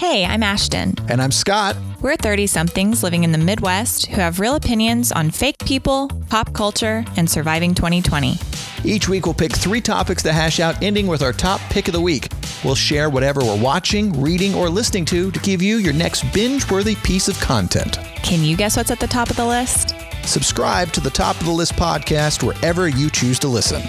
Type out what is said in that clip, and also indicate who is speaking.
Speaker 1: Hey, I'm Ashton.
Speaker 2: And I'm Scott.
Speaker 1: We're 30 somethings living in the Midwest who have real opinions on fake people, pop culture, and surviving 2020.
Speaker 2: Each week, we'll pick three topics to hash out, ending with our top pick of the week. We'll share whatever we're watching, reading, or listening to to give you your next binge worthy piece of content.
Speaker 1: Can you guess what's at the top of the list?
Speaker 2: Subscribe to the Top of the List podcast wherever you choose to listen.